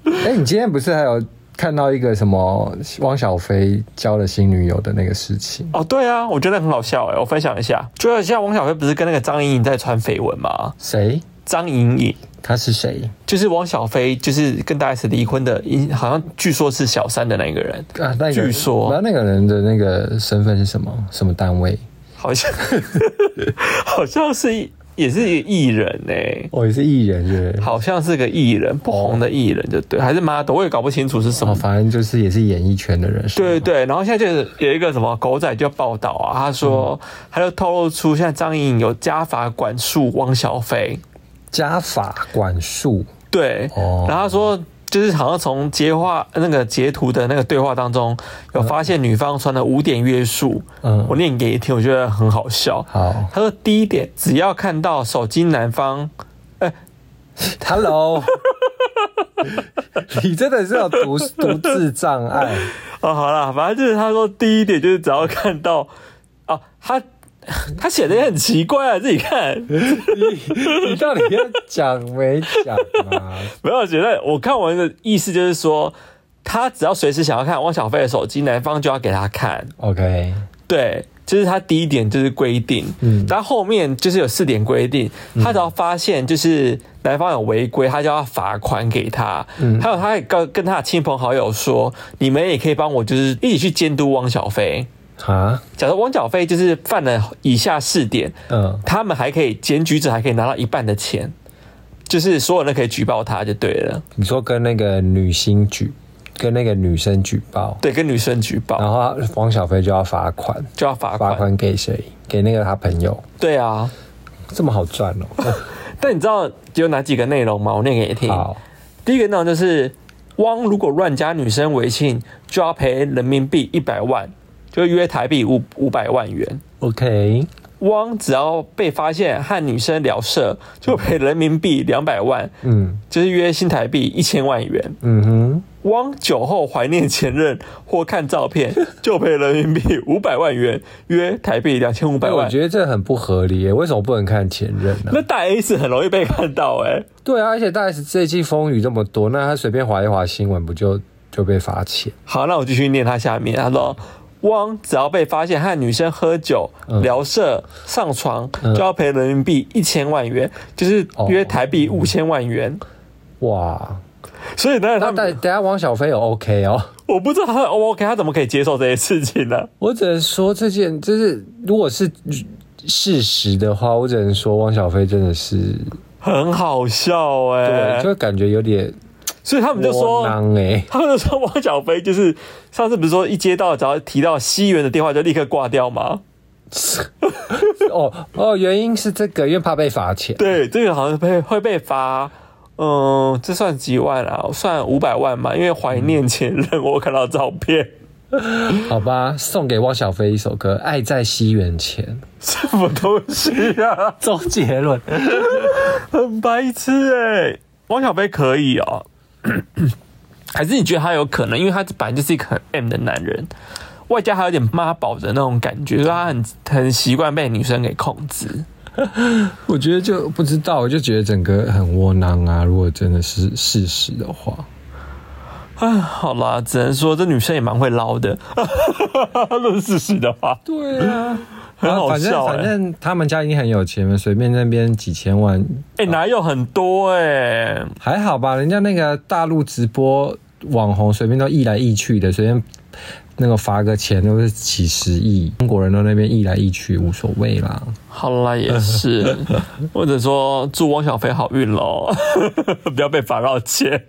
Speaker 3: 哎、你今天不是还有看到一个什么汪小菲交了新女友的那个事情？
Speaker 1: 哦，对啊，我觉得很好笑哎、我分享一下，就是像王小飞不是跟那个张颖颖在传绯闻吗？
Speaker 3: 谁？
Speaker 1: 张颖颖。
Speaker 3: 他是谁？
Speaker 1: 就是王小飞，就是跟大 S 离婚的，因好像据说是小三的那个人，
Speaker 3: 啊，那个
Speaker 1: 据说
Speaker 3: 那那个人的那个身份是什么？什么单位？
Speaker 1: 好像好像是也是艺人哎、
Speaker 3: 我哦也是艺人，是不是？
Speaker 1: 好像是个艺人，不红的艺人，就对，还是 model，我也搞不清楚是什
Speaker 3: 哦，
Speaker 1: 么。
Speaker 3: 反正就是也是演艺圈的人，是吗
Speaker 1: 对对，然后现在就是有一个什么狗仔就报道啊，他说、他就透露出现在张颖有加法管束汪小菲，
Speaker 3: 加法管束，
Speaker 1: 对，
Speaker 3: 哦
Speaker 1: 然后他说就是好像从截话那个截图的那个对话当中有发现女方穿了五点约束，
Speaker 3: 嗯
Speaker 1: 我念给你听，我觉得很好笑。
Speaker 3: 好
Speaker 1: 他说第一点，只要看到手机男方，
Speaker 3: ，Hello，你真的是有读读字障碍，
Speaker 1: 哦，好啦，反正就是他说第一点就是只要看到， 哦，他他写的也很奇怪啊，自己看。
Speaker 3: 你到底要讲没讲啊？
Speaker 1: 没有，觉得我看完的意思就是说，他只要随时想要看汪小菲的手机，男方就要给他看。
Speaker 3: OK，
Speaker 1: 对，这、是他第一点，就是规定。嗯，但后面就是有四点规定，他只要发现就是男方有违规，他就要罚款给他。嗯，还有他也跟跟他的亲朋好友说，你们也可以帮我，就是一起去监督汪小菲。
Speaker 3: 啊，
Speaker 1: 假如汪小菲就是犯了以下四点，
Speaker 3: 嗯，
Speaker 1: 他们还可以检举者还可以拿到一半的钱，就是所有人都可以举报他就对了。
Speaker 3: 你说跟那个女星举，跟那个女生举报，
Speaker 1: 对，跟女生举报
Speaker 3: 然后王小飞就要罚款，
Speaker 1: 就要罚
Speaker 3: 啊罚
Speaker 1: 款。
Speaker 3: 款给谁？给那个他朋友，
Speaker 1: 对啊，
Speaker 3: 这么好赚哦、
Speaker 1: 但你知道有哪几个内容吗？我念给你听。
Speaker 3: 好，
Speaker 1: 第一个内容就是，汪如果乱加女生微信，就要赔人民币一百万，就约台币五五百万元。
Speaker 3: OK，
Speaker 1: 汪只要被发现和女生聊色，就赔人民币两百万，
Speaker 3: 嗯
Speaker 1: 就是约新台币一千万元。
Speaker 3: 嗯哼，
Speaker 1: 汪酒后怀念前任或看照片，就赔人民币五百万元，约台币两千五百
Speaker 3: 哎，我
Speaker 1: 万。
Speaker 3: 觉得这很不合理耶，为什么不能看前任呢、
Speaker 1: 那大 A 是很容易被看到哎、欸
Speaker 3: 对啊，而且大 S 这一季风雨这么多，那他随便划一划新闻，不就就被罚钱？
Speaker 1: 好，那我继续念他下面，他说。
Speaker 3: 嗯
Speaker 1: 汪只要被发现和女生喝酒、聊色、上床，
Speaker 3: 嗯
Speaker 1: 就要赔人民币一千万元，就是
Speaker 3: 哦
Speaker 1: 约台币五千万元。
Speaker 3: 哇，
Speaker 1: 所以呢，他
Speaker 3: 那等等下王小飞有 OK 哦。
Speaker 1: 我不知道他 O K，他怎么可以接受这些事情呢？
Speaker 3: 我只能说这件，就是如果是事实的话，我只能说汪小菲真的是，
Speaker 1: 很好笑哎、
Speaker 3: 对，就感觉有点
Speaker 1: 所以他们就
Speaker 3: 窝
Speaker 1: 说，
Speaker 3: 囊哎、
Speaker 1: 他们就说汪小菲就是上次不是说一接到只要提到西元的电话就立刻挂掉吗？
Speaker 3: 哦哦，原因是这个，因为怕被罚钱。
Speaker 1: 对，这个好像被会被罚，嗯，这算几万啊？算五百万嘛？因为怀念前任，我有看到照片，
Speaker 3: 好吧，送给汪小菲一首歌《爱在西元前
Speaker 1: 什么东西啊？》，
Speaker 3: 周杰伦。
Speaker 1: 很白痴哎、汪小菲可以哦，还是你觉得他有可能？因为他本来就是一个很 M 的男人，外加还有点妈宝的那种感觉，所以他很很习惯被女生给控制。
Speaker 3: 我觉得就不知道，我就觉得整个很窝囊啊。如果真的是事实的话，
Speaker 1: 哎，好啦，只能说这女生也蛮会捞的， 论事实的话。
Speaker 3: 对啊，
Speaker 1: 很好
Speaker 3: 反正
Speaker 1: 笑欸
Speaker 3: 反正他们家已经很有钱了，随便那边几千万
Speaker 1: 哎、哪有很多哎、
Speaker 3: 还好吧，人家那个大陆直播网红随便都溢来溢去的，随便那个罚个钱都是几十亿，中国人都那边溢来溢去，无所谓啦。
Speaker 1: 好啦，也是，或者说祝汪小菲好运喽，不要被罚到钱，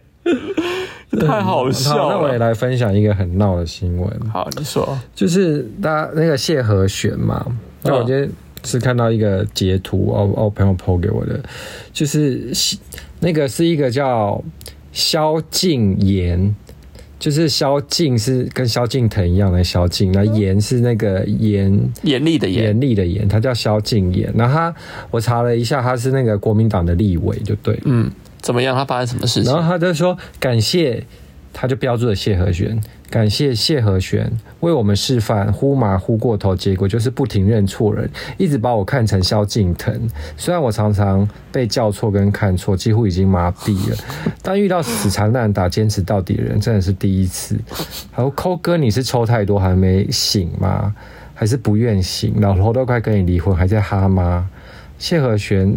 Speaker 1: 太好
Speaker 3: 好那
Speaker 1: 笑啊
Speaker 3: 我也
Speaker 1: 了。
Speaker 3: 来分享一个很闹的新闻，
Speaker 1: 好，你说，
Speaker 3: 就是大家那个谢和弦嘛，那我
Speaker 1: 嗯
Speaker 3: 今天是看到一个截图，哦哦，我朋友 PO 给我的，就是西那个是一个叫萧敬言。就是萧敬是跟萧敬腾一样的萧敬，那言是那个言
Speaker 1: 严厉的严，
Speaker 3: 严厉的严，他叫萧敬言。然后他，我查了一下，他是那个国民党的立委，就对了。
Speaker 1: 嗯，怎么样？他发生什么事
Speaker 3: 然后
Speaker 1: 情？
Speaker 3: 他就说感谢，他就标注了谢和弦，感谢谢和弦为我们示范呼麻呼过头，结果就是不停认错人，一直把我看成萧敬腾。虽然我常常被叫错跟看错，几乎已经麻痹了，但遇到死缠烂打、坚持到底的人，真的是第一次。还有抠哥，你是抽太多还没醒吗？还是不愿醒？老头都快跟你离婚，还在哈吗？谢和弦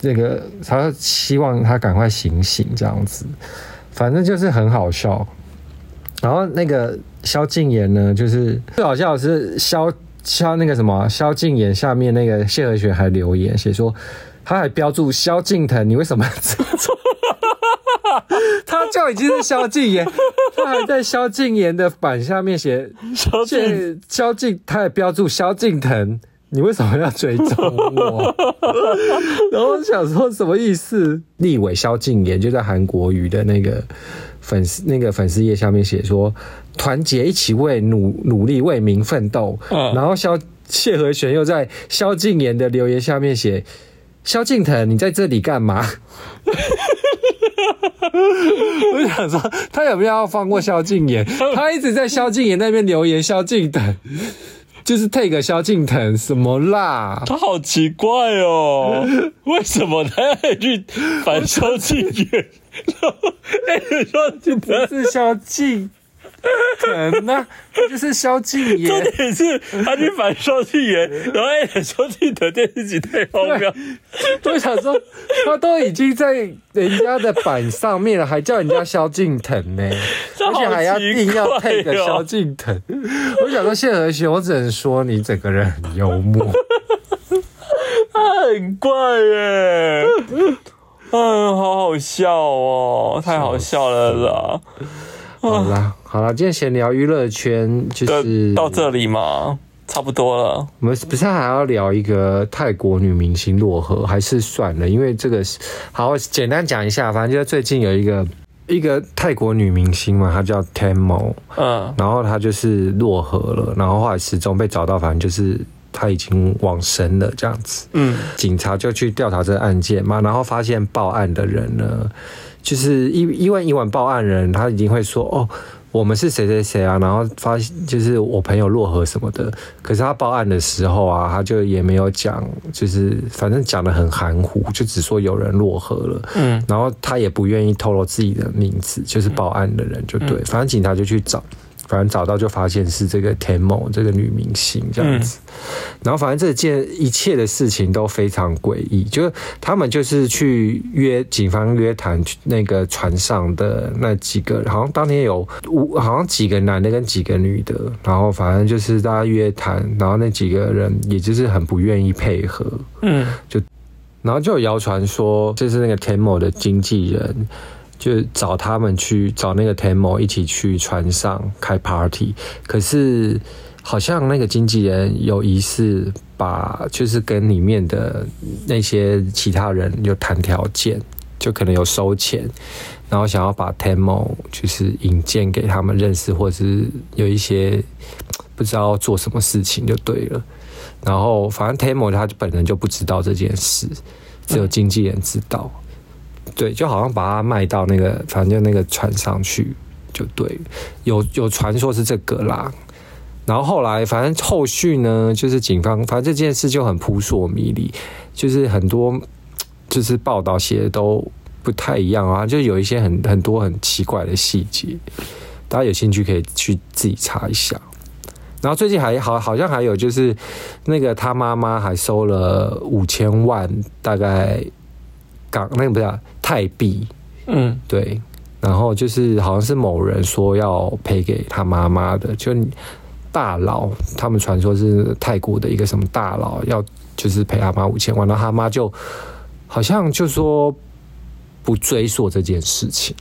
Speaker 3: 那个他希望他赶快醒醒这样子，反正就是很好笑。然后那个萧敬言呢，就是最好笑的是萧萧那个什么萧敬言下面那个谢和弦还留言写说。他还标注萧敬腾，你为什么 这么做？他就已经是萧敬 言，他还在萧敬言的版下面写
Speaker 1: 萧敬
Speaker 3: 这萧敬，他也标注萧敬腾，你为什么要追踪 我？然后我想说什么意思？立委萧敬言就在韩国瑜的那个粉丝那个粉丝页下面写说，团结一起为努努力为民奋斗。
Speaker 1: 嗯
Speaker 3: 然后萧谢和弦又在萧敬言的留言下面写。萧敬腾，你在这里干嘛？ 我想说，他有没有要放过萧敬 言？他一直在萧敬言那边留言，萧敬腾就是 take 萧敬腾什么啦？
Speaker 1: 他好奇怪 哦，为什么他要去反萧敬 远？哎，你说就不
Speaker 3: 是萧敬腾 呐、这就是萧敬
Speaker 1: 重
Speaker 3: 言。
Speaker 1: 点是他去反萧 敬远，然后哎，萧敬腾电视剧太荒谬。
Speaker 3: 我想说，他都已经在人家的板上面了，还叫人家萧敬腾呢、
Speaker 1: 这
Speaker 3: 而且还要
Speaker 1: 好奇怪哦
Speaker 3: 硬要 take 萧敬腾。我想说，谢和弦，我只能说你整个人很幽默。
Speaker 1: 他很怪耶。嗯，好好笑哦，太好笑了啦！
Speaker 3: 好啦，好啦，今天闲聊娱乐圈就是
Speaker 1: 哦对，到这里嘛，差不多了。
Speaker 3: 我们不是还要聊一个泰国女明星落河，还是算了？因为这个是好简单讲一下，反正就是最近有一个一个泰国女明星嘛，她叫 Tamo，
Speaker 1: 嗯，
Speaker 3: 然后她就是落河了，然后后来失踪被找到，反正就是她已经往生了这样子。
Speaker 1: 嗯，
Speaker 3: 警察就去调查这个案件嘛，然后发现报案的人呢，就是因因为以往报案人他一定会说哦。我们是谁谁谁啊，然后发现就是我朋友落河什么的，可是他报案的时候啊，他就也没有讲，就是反正讲的很含糊，就只说有人落河了，
Speaker 1: 嗯，
Speaker 3: 然后他也不愿意透露自己的名字，就是报案的人就对，
Speaker 1: 嗯
Speaker 3: 反正警察就去找，反正找到就发现是这个 Tamo 这个女明星这样子，然后反正这件一切的事情都非常诡异，就是他们就是去约警方约谈那个船上的那几个，好像当天有五，好像几个男的跟几个女的，然后反正就是大家约谈，然后那几个人也就是很不愿意配合，
Speaker 1: 嗯，
Speaker 3: 然后就有谣传说，就是那个 Tamo 的经纪人，就找他们去找那个 Tamo 一起去船上开 party，可是好像那个经纪人有疑似把就是跟里面的那些其他人有谈条件，就可能有收钱，然后想要把 Tamo 就是引荐给他们认识，或者是有一些不知道做什么事情就对了。然后反正 Tamo 他本人就不知道这件事，只有经纪人知道。对，就好像把它卖到那个，反正就那个船上去就对了。有有传说是这个啦。然后后来，反正后续呢，就是警方，反正这件事就很扑朔迷离，就是很多就是报道写的都不太一样啊，就有一些很很多很奇怪的细节，大家有兴趣可以去自己查一下。然后最近还好，好像还有就是那个他妈妈还收了五千万，大概港那个不是、啊、泰币，
Speaker 1: 嗯，
Speaker 3: 对，然后就是好像是某人说要赔给他妈妈的，就大佬，他们传说是泰国的一个什么大佬要就是赔他妈五千万，然后他妈就好像就说不追溯这件事情，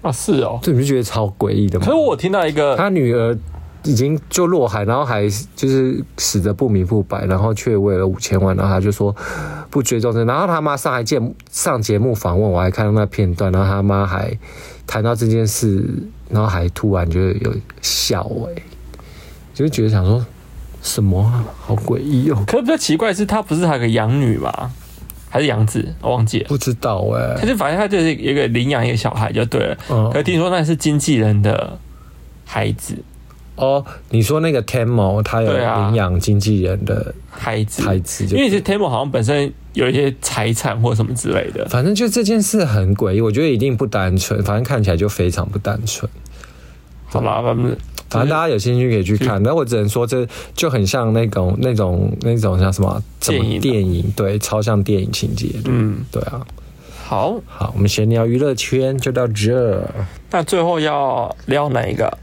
Speaker 1: 啊是哦。
Speaker 3: 这你不觉得超诡异的吗？
Speaker 1: 可是我听到一个，
Speaker 3: 他女儿已经就落海，然后还就是死的不明不白，然后却为了五千万，然后他就说不追踪这，然后他妈上还节目上节目访问，我还看到那片段，然后他妈还谈到这件事，然后还突然就有笑哎、就觉得想说什么啊，好诡异哦，
Speaker 1: 可是比较奇怪的是，他不是还有个养女吗？还是养子？我忘记了。
Speaker 3: 不知道哎、
Speaker 1: 他就反正他就是一个领养一个小孩就对了。
Speaker 3: 嗯
Speaker 1: 可是听说那是经纪人的孩子，
Speaker 3: 哦，你说那个 Tamo 他有
Speaker 1: 对啊
Speaker 3: 领养经纪人的
Speaker 1: 孩子，
Speaker 3: 孩子就
Speaker 1: 因为其实 Tamo 好像本身有一些财产或什么之类的。
Speaker 3: 反正就这件事很诡异，我觉得一定不单纯，反正看起来就非常不单纯。
Speaker 1: 好吧，反正
Speaker 3: 反正大家有兴趣可以去看，但我只能说这就很像那种那种那种像什么什
Speaker 1: 电影
Speaker 3: 么
Speaker 1: 啊
Speaker 3: 电影，对，超像电影情节的。
Speaker 1: 嗯，
Speaker 3: 对啊，
Speaker 1: 好，
Speaker 3: 好，我们闲聊娱乐圈就到这，
Speaker 1: 那最后要聊哪一个？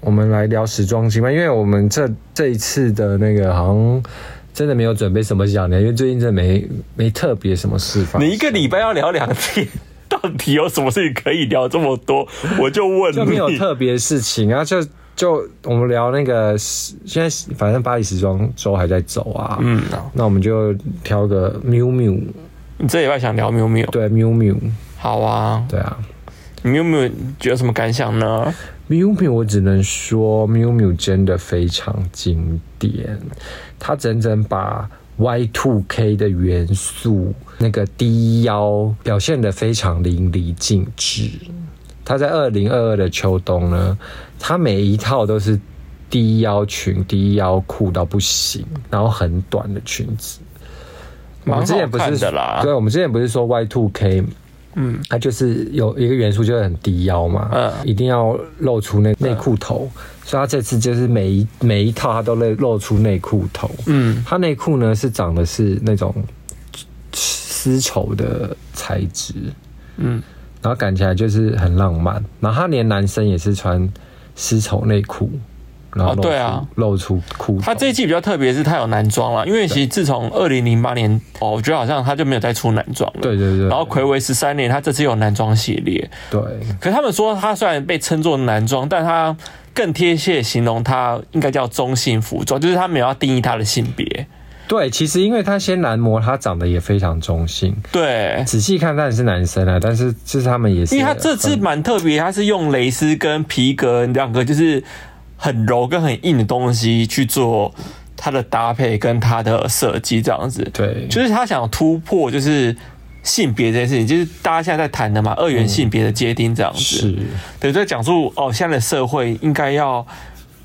Speaker 3: 我们来聊时装新闻，因为我们这这一次的那个好像真的没有准备什么讲的，因为最近真的没没特别什么事发生。
Speaker 1: 你一个礼拜要聊两天，到底有什么事情可以聊这么多？我就问
Speaker 3: 就没有
Speaker 1: 你，
Speaker 3: 特别事情啊，就就我们聊那个时现在反正巴黎时装周还在走啊，嗯，那我们就挑个 miu miu，
Speaker 1: 你这礼拜想聊喵喵？
Speaker 3: 对 miu miu，
Speaker 1: 好啊，
Speaker 3: 对啊
Speaker 1: 你有没有觉得什么感想呢？
Speaker 3: ，miu miu 我只能说 miu miu 真的非常经典，它整整把。Y two K 的元素，那个低腰表现得非常淋漓尽致。它在二零二二的秋冬呢，它每一套都是低腰裙、低腰裤到不行，然后很短的裙子。我
Speaker 1: 蛮
Speaker 3: 们之前
Speaker 1: 好
Speaker 3: 不是
Speaker 1: 看的啦
Speaker 3: 对，，我们之前不是说 Y two K，嗯，它就是有一个元素就是很低腰嘛，
Speaker 1: 嗯
Speaker 3: 一定要露出内内裤头，所以它这次就是每一每一套它都露露出内裤头，
Speaker 1: 嗯，
Speaker 3: 它内裤呢是长的是那种丝绸的材质，
Speaker 1: 嗯，
Speaker 3: 然后感起来就是很浪漫。然后他连男生也是穿丝绸内裤，然后
Speaker 1: 哦
Speaker 3: 露出、
Speaker 1: 对啊
Speaker 3: 露出裤头。
Speaker 1: 他这一季比较特别，是他有男装了，因为其实自从二零零八年，哦，我觉得好像他就没有再出男装了。
Speaker 3: 对对对，
Speaker 1: 然后暌违十三年，他这次有男装系列，
Speaker 3: 对
Speaker 1: 可是他们说他虽然被称作男装，但他更贴切形容他应该叫中性服装，就是他没有要定义他的性别。
Speaker 3: 对，其实因为他先男模，他长得也非常中性，
Speaker 1: 对，
Speaker 3: 仔细看当然是男生啊，但是就是他们也是
Speaker 1: 因
Speaker 3: 分，
Speaker 1: 为他这次蛮特别，他是用蕾丝跟皮革两个就是很柔跟很硬的东西去做它的搭配跟它的设计，这样子。
Speaker 3: 对，
Speaker 1: 就是他想突破就是性别这件事情，就是大家现在在谈的嘛，二元性别的界定这样子。
Speaker 3: 是
Speaker 1: 对，在讲述哦，现在的社会应该要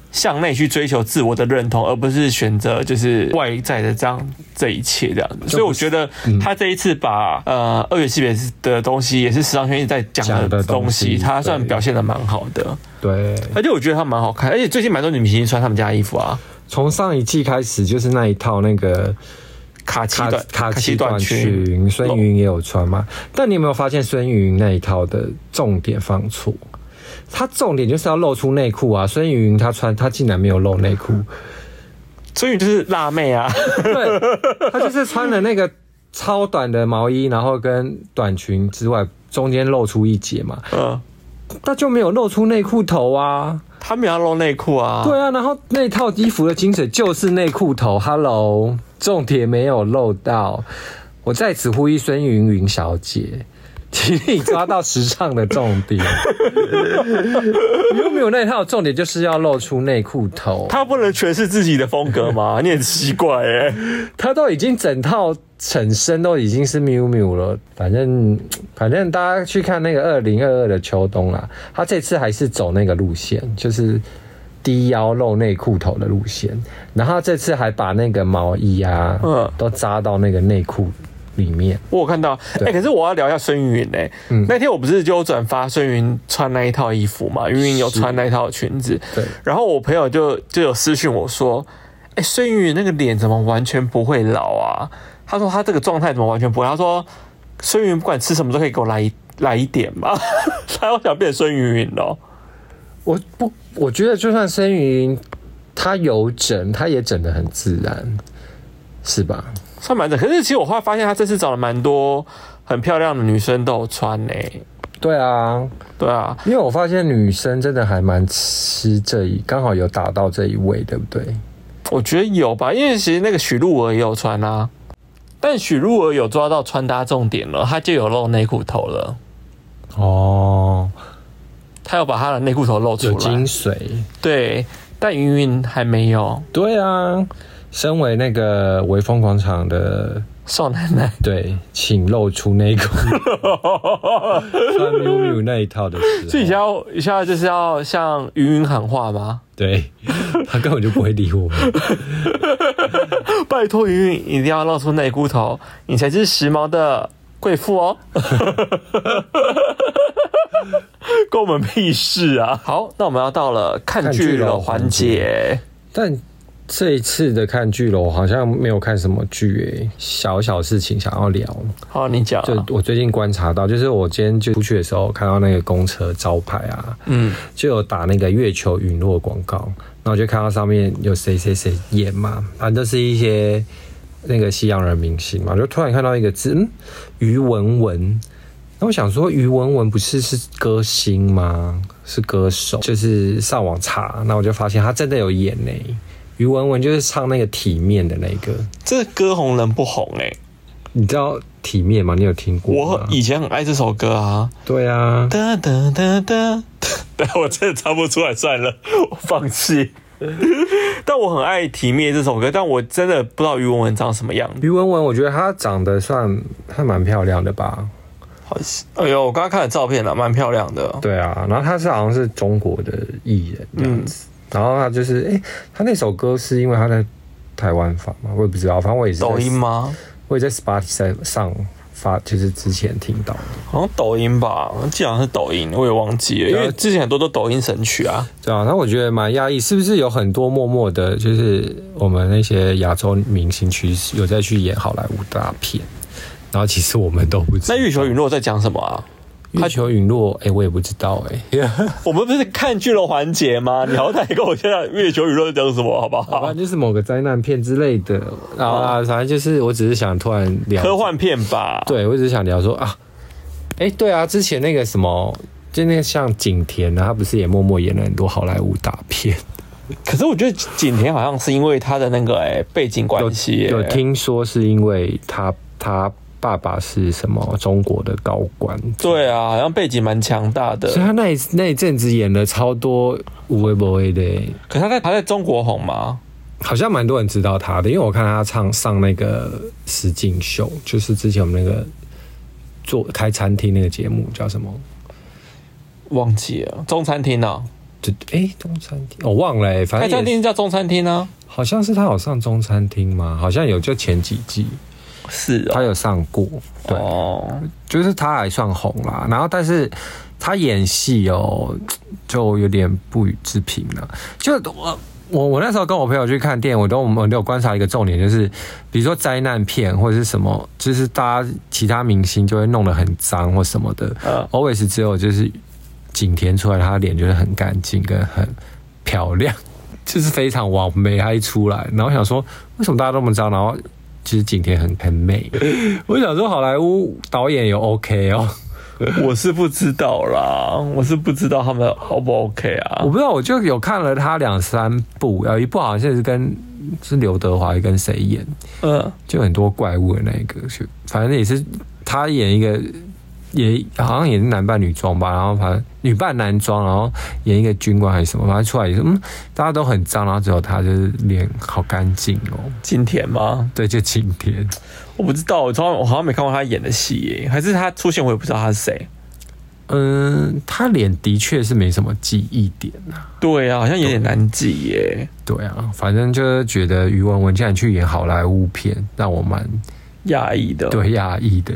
Speaker 1: 向内去追求自我的认同，而不是选择就是外在的这样这一切这样子。所以我觉得他这一次把、呃二元性别的东西，也是时尚圈一直在讲
Speaker 3: 讲
Speaker 1: 的
Speaker 3: 的
Speaker 1: 东
Speaker 3: 东西
Speaker 1: 西，他算
Speaker 3: 对
Speaker 1: 表现的蛮好的。
Speaker 3: 对。
Speaker 1: 而且我觉得他蛮好看，而且最近蛮多女明星穿他们家的衣服啊，
Speaker 3: 从上一季开始就是那一套那个
Speaker 1: 卡其
Speaker 3: 卡
Speaker 1: 短
Speaker 3: 卡其短
Speaker 1: 短
Speaker 3: 裙，孙
Speaker 1: 露
Speaker 3: 云也有穿嘛？但你有没有发现孙云那一套的重点放错？他重点就是要露出内裤啊！孙云她穿，她竟然没有露内裤，
Speaker 1: 所以就是辣妹啊。
Speaker 3: 对，她就是穿了那个超短的毛衣，然后跟短裙之外，中间露出一截嘛，
Speaker 1: 嗯，
Speaker 3: 那就没有露出内裤头啊。
Speaker 1: 他们也要露内裤啊。
Speaker 3: 对啊，然后那套衣服的精髓就是内裤头，Hello，重点没有漏到。我在此呼吁孙云云小姐，请你抓到时尚的重点。你又没有那套重点，就是要露出内裤头。
Speaker 1: 他不能诠释自己的风格吗？ 你很奇怪哎、
Speaker 3: 他都已经整套整身都已经是 miu miu 了，反正反正大家去看那个二零二二的秋冬啦，他这次还是走那个路线，就是低腰露内裤头的路线，然后他这次还把那个毛衣啊，
Speaker 1: 嗯
Speaker 3: 都扎到那个内裤里面，
Speaker 1: 我有看到，哎、可是我要聊一下孙云云哎，那天我不是就有转发孙云穿那一套衣服嘛，云云有穿那一套裙子，
Speaker 3: 对
Speaker 1: 然后我朋友就就有私讯我说，哎、孙云云那个脸怎么完全不会老啊？他说他这个状态怎么完全不会？他说孙云不管吃什么都可以给我来一来一点嘛， 他又想变孙云云哦，
Speaker 3: 我不，我觉得就算孙云他有整，他也整得很自然，是吧？
Speaker 1: 算蛮正。可是其实我后来发现他这次找了蛮多很漂亮的女生都有穿哎、
Speaker 3: 对啊，
Speaker 1: 对啊，
Speaker 3: 因为我发现女生真的还蛮吃这一，刚好有打到这一位，对不对？
Speaker 1: 我觉得有吧，因为其实那个许茹儿也有穿啊，但许茹儿有抓到穿搭重点了，她就有露内裤头了，
Speaker 3: 哦，
Speaker 1: 她有把她的内裤头露出
Speaker 3: 有精
Speaker 1: 来。
Speaker 3: 髓。
Speaker 1: 对，但云云还没有。
Speaker 3: 对啊，身为那个微风广场的，
Speaker 1: 少奶奶，
Speaker 3: 对，请露出内裤，穿 miu miu 那一套的时候，
Speaker 1: 所以现在要现在就是要向云云喊话 吗？
Speaker 3: 对，他根本就不会理我们。
Speaker 1: 拜托云云，一定要露出内裤头，你才是时髦的贵妇哦。 关我们屁事啊！好，那我们要到了看
Speaker 3: 看
Speaker 1: 剧
Speaker 3: 剧
Speaker 1: 了
Speaker 3: 了
Speaker 1: 环
Speaker 3: 环
Speaker 1: 节。
Speaker 3: 但这一次的看剧了，我好像没有看什么剧诶、小小事情想要聊。
Speaker 1: 好，你讲。
Speaker 3: 就我最近观察到，就是我今天就出去的时候看到那个公车招牌啊，
Speaker 1: 嗯，
Speaker 3: 就有打那个月球陨落广告，后我就看到上面有谁谁谁演嘛，反正都是一些那个西洋人明星嘛，我就突然看到一个字，嗯，于文文。那我想说，于文文不是是歌星吗？是歌手，就是上网查，那我就发现她真的有演呢、于文文就是唱那个《体面》的那个，
Speaker 1: 这歌红人不红哎、
Speaker 3: 你知道《体面》吗？你有听过
Speaker 1: 我
Speaker 3: 吗？
Speaker 1: 以前很爱这首歌啊，
Speaker 3: 对啊，
Speaker 1: 哒哒哒哒， 但我真的唱不出来，算了， 我放弃。 但我很爱《体面》这首歌，但我真的不知道于文文长什么样子。
Speaker 3: 于文文，我觉得她长得算还蛮漂亮的吧？
Speaker 1: 好像，哎呦，我刚刚看了照片了，蛮漂亮的。
Speaker 3: 对啊，然后她是好像是中国的艺人这样
Speaker 1: 嗯
Speaker 3: 子，然后她就是，哎、她那首歌是因为她在台湾发嘛，我也不知道，反正我也是在
Speaker 1: 抖音，吗？
Speaker 3: 我也在 Spotify 上发，就是之前听到的。
Speaker 1: 好像抖音吧，既然是抖音，我也忘记了，因为之前很多都抖音神曲啊。
Speaker 3: 对啊，那我觉得蛮压抑，是不是有很多默默的，就是我们那些亚洲明星去有在去演好莱坞大片，然后其实我们都不知道。
Speaker 1: 那月球陨落在讲什么啊？
Speaker 3: 月球陨落，哎、我也不知道、哎，
Speaker 1: 我们不是看剧的环节吗？你好歹跟我现在月球陨落在讲什么，好不
Speaker 3: 反
Speaker 1: 好？
Speaker 3: 啊正就是某个灾难片之类的。然后啊，反正就是，我只是想突然聊
Speaker 1: 科，幻片吧。
Speaker 3: 对我只是想聊说啊，哎、对啊，之前那个什么，就那个像景甜啊，他不是也默默演了很多好莱坞大片，
Speaker 1: 可是我觉得景甜好像是因为她的那个哎、背景 关系、哎
Speaker 3: 有听说是因为他他爸爸是什么中国的高官，
Speaker 1: 对啊，好像背景蛮强大的。
Speaker 3: 所以他那一那一阵子演了超多无为不为的，
Speaker 1: 可是她在她在中国红吗？
Speaker 3: 好像蛮多人知道他的，因为我看他唱上那个实境秀，就是之前我们那个做开餐厅那个节目叫什么？
Speaker 1: 忘记了，中餐厅啊，
Speaker 3: 就哎、中餐厅，我、忘了、欸，反
Speaker 1: 开
Speaker 3: 正
Speaker 1: 餐
Speaker 3: 也
Speaker 1: 厅叫中餐厅啊，
Speaker 3: 好像是他有上中餐厅吗？好像有，就前几季
Speaker 1: 是
Speaker 3: 他有上过，对，
Speaker 1: 哦，
Speaker 3: 就是他还算红啦，然后但是他演戏哦，就有点不予置评了。就我我我那时候跟我朋友去看电影，我都我们都有观察一个重点，就是比如说灾难片或者是什么，就是大家其他明星就会弄得很脏或什么的、
Speaker 1: 嗯
Speaker 3: a l w a y s 只有就是景甜出来，她的脸就是很干净跟很漂亮， 就是非常完美，她一出来，然后想说为什么大家都那么脏，然后。其实景甜很很美，我想说好莱坞导演有 OK 哦，
Speaker 1: 我是不知道啦，我是不知道他们 O 不 OK 啊
Speaker 3: 我。不知道，我就有看了他两三部，有一部好像是跟是刘德华跟谁演，
Speaker 1: 嗯，
Speaker 3: 就很多怪物的那一个，就反正也是他演一个，也好像也是男扮女装吧，然后反正女扮男装，然后演一个军官还是什么，反正出来也是嗯，大家都很脏，然后只有他就是脸好干净哦，
Speaker 1: 景甜吗？
Speaker 3: 对，就晴天，
Speaker 1: 我不知道，我从来我好像没看过她演的戏耶，还是她出现我也不知道她是谁。
Speaker 3: 嗯，他脸的确是没什么记忆点啊。
Speaker 1: 对啊，好像有点难记耶，
Speaker 3: 对啊，反正就是觉得余文文竟然去演好莱坞片，让我蛮
Speaker 1: 哦压抑的。，
Speaker 3: 对压抑的。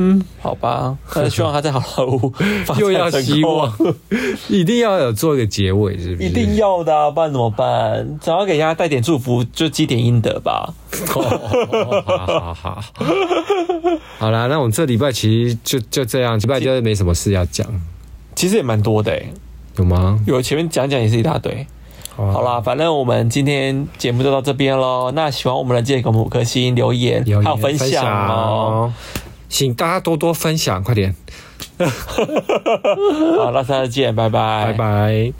Speaker 1: 嗯，好吧，那希望她在好莱坞发 展
Speaker 3: 又要
Speaker 1: 成
Speaker 3: 希
Speaker 1: 功
Speaker 3: 望， 一定要有做一个结尾，是不是？
Speaker 1: 一定要的、啊，不然怎么办？总要给人家带点祝福，就积点阴德吧。
Speaker 3: 哦。哦好好 好，好啦，那我们这礼拜其实就就这样，礼拜就是没什么事要讲，
Speaker 1: 其实也蛮多的、欸，
Speaker 3: 有吗？
Speaker 1: 有前面讲讲也是一大堆。
Speaker 3: 好
Speaker 1: 好，啦，反正我们今天节目就到这边喽。那喜欢我们的，记得给我们五颗星留言，
Speaker 3: 留言
Speaker 1: 还有分享哦。，
Speaker 3: 请大家多多分享，快点，
Speaker 1: 好，那下次见，拜
Speaker 3: 拜
Speaker 1: 拜，
Speaker 3: 拜。